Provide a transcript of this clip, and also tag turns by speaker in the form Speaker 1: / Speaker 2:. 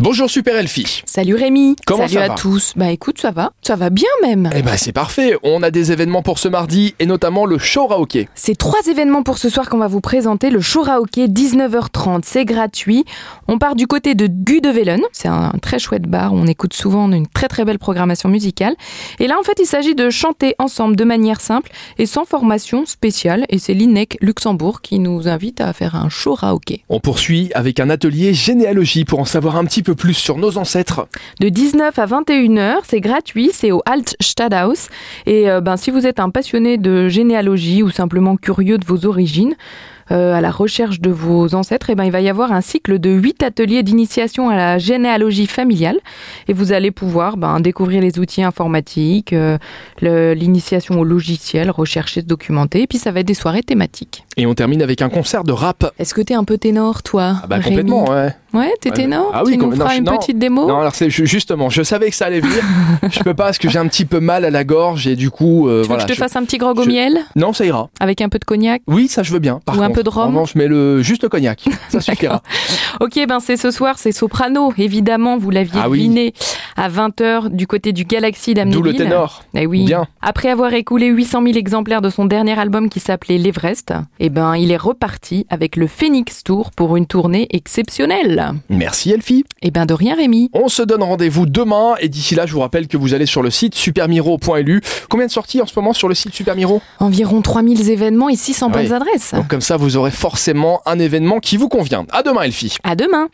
Speaker 1: Bonjour Super Elfie.
Speaker 2: Salut Rémi.
Speaker 1: Comment
Speaker 2: Salut
Speaker 1: ça
Speaker 2: à
Speaker 1: va
Speaker 2: tous. Bah écoute, ça va. Ça va bien même.
Speaker 1: Eh ben c'est parfait, on a des événements pour ce mardi et notamment le show raoké.
Speaker 2: C'est trois événements pour ce soir qu'on va vous présenter. Le show raoké, 19h30, c'est gratuit. On part du côté de Gudevelen. C'est un très chouette bar où on écoute souvent une très très belle programmation musicale. Et là, en fait, il s'agit de chanter ensemble de manière simple et sans formation spéciale. Et c'est l'INEC Luxembourg qui nous invite à faire un show raoké.
Speaker 1: On poursuit avec un atelier généalogie pour en savoir un petit peu plus sur nos ancêtres.
Speaker 2: De 19 à 21h, c'est gratuit, c'est au Alt Stadhaus. Et euh, ben, si vous êtes un passionné de généalogie ou simplement curieux de vos origines, euh, à la recherche de vos ancêtres, et ben, il va y avoir un cycle de 8 ateliers d'initiation à la généalogie familiale. Et vous allez pouvoir ben, découvrir les outils informatiques, euh, le- l'initiation au logiciel, rechercher, se documenter. Et puis ça va être des soirées thématiques.
Speaker 1: Et on termine avec un concert de rap.
Speaker 2: Est-ce que t'es un peu ténor, toi
Speaker 1: Ah bah complètement, ouais.
Speaker 2: Ouais, t'es
Speaker 1: Ouais,
Speaker 2: ténor
Speaker 1: ah oui,
Speaker 2: Tu nous
Speaker 1: comme- non,
Speaker 2: feras
Speaker 1: je-
Speaker 2: une
Speaker 1: non,
Speaker 2: petite démo
Speaker 1: Non, euh, alors c'est ju- justement, je savais que ça allait venir. je peux pas parce que j'ai un petit peu mal à la gorge et du coup euh,
Speaker 2: Tu veux
Speaker 1: voilà.
Speaker 2: que je te
Speaker 1: je-
Speaker 2: fasse un petit grog au
Speaker 1: je-
Speaker 2: miel
Speaker 1: Non, ça ira.
Speaker 2: avec un peu de cognac
Speaker 1: Oui, ça je veux bien. Par
Speaker 2: Ou un
Speaker 1: contre.
Speaker 2: peu de rhum
Speaker 1: En revanche, mais le juste le cognac, ça suffira.
Speaker 2: Ok, ben c'est ce soir, c'est Soprano, évidemment, vous l'aviez
Speaker 1: Ah oui.
Speaker 2: deviné, à 20h du côté du Galaxy
Speaker 1: D'où
Speaker 2: d'Amnéville.
Speaker 1: le ténor.
Speaker 2: Eh oui.
Speaker 1: Bien.
Speaker 2: Après avoir écoulé 800 000 exemplaires de son dernier album qui s'appelait L'Everest, eh ben il est reparti avec le Phoenix Tour pour une tournée exceptionnelle.
Speaker 1: Merci Elfie.
Speaker 2: Eh ben de rien Rémi.
Speaker 1: On se donne rendez-vous demain et d'ici là, je vous rappelle que vous allez sur le site supermiro.lu. Combien de sorties en ce moment sur le site Supermiro
Speaker 2: Environ 3000 événements et 600
Speaker 1: Ah oui.
Speaker 2: bonnes adresses.
Speaker 1: Donc comme ça, vous aurez forcément un événement qui vous convient. À demain, Elfie.
Speaker 2: À demain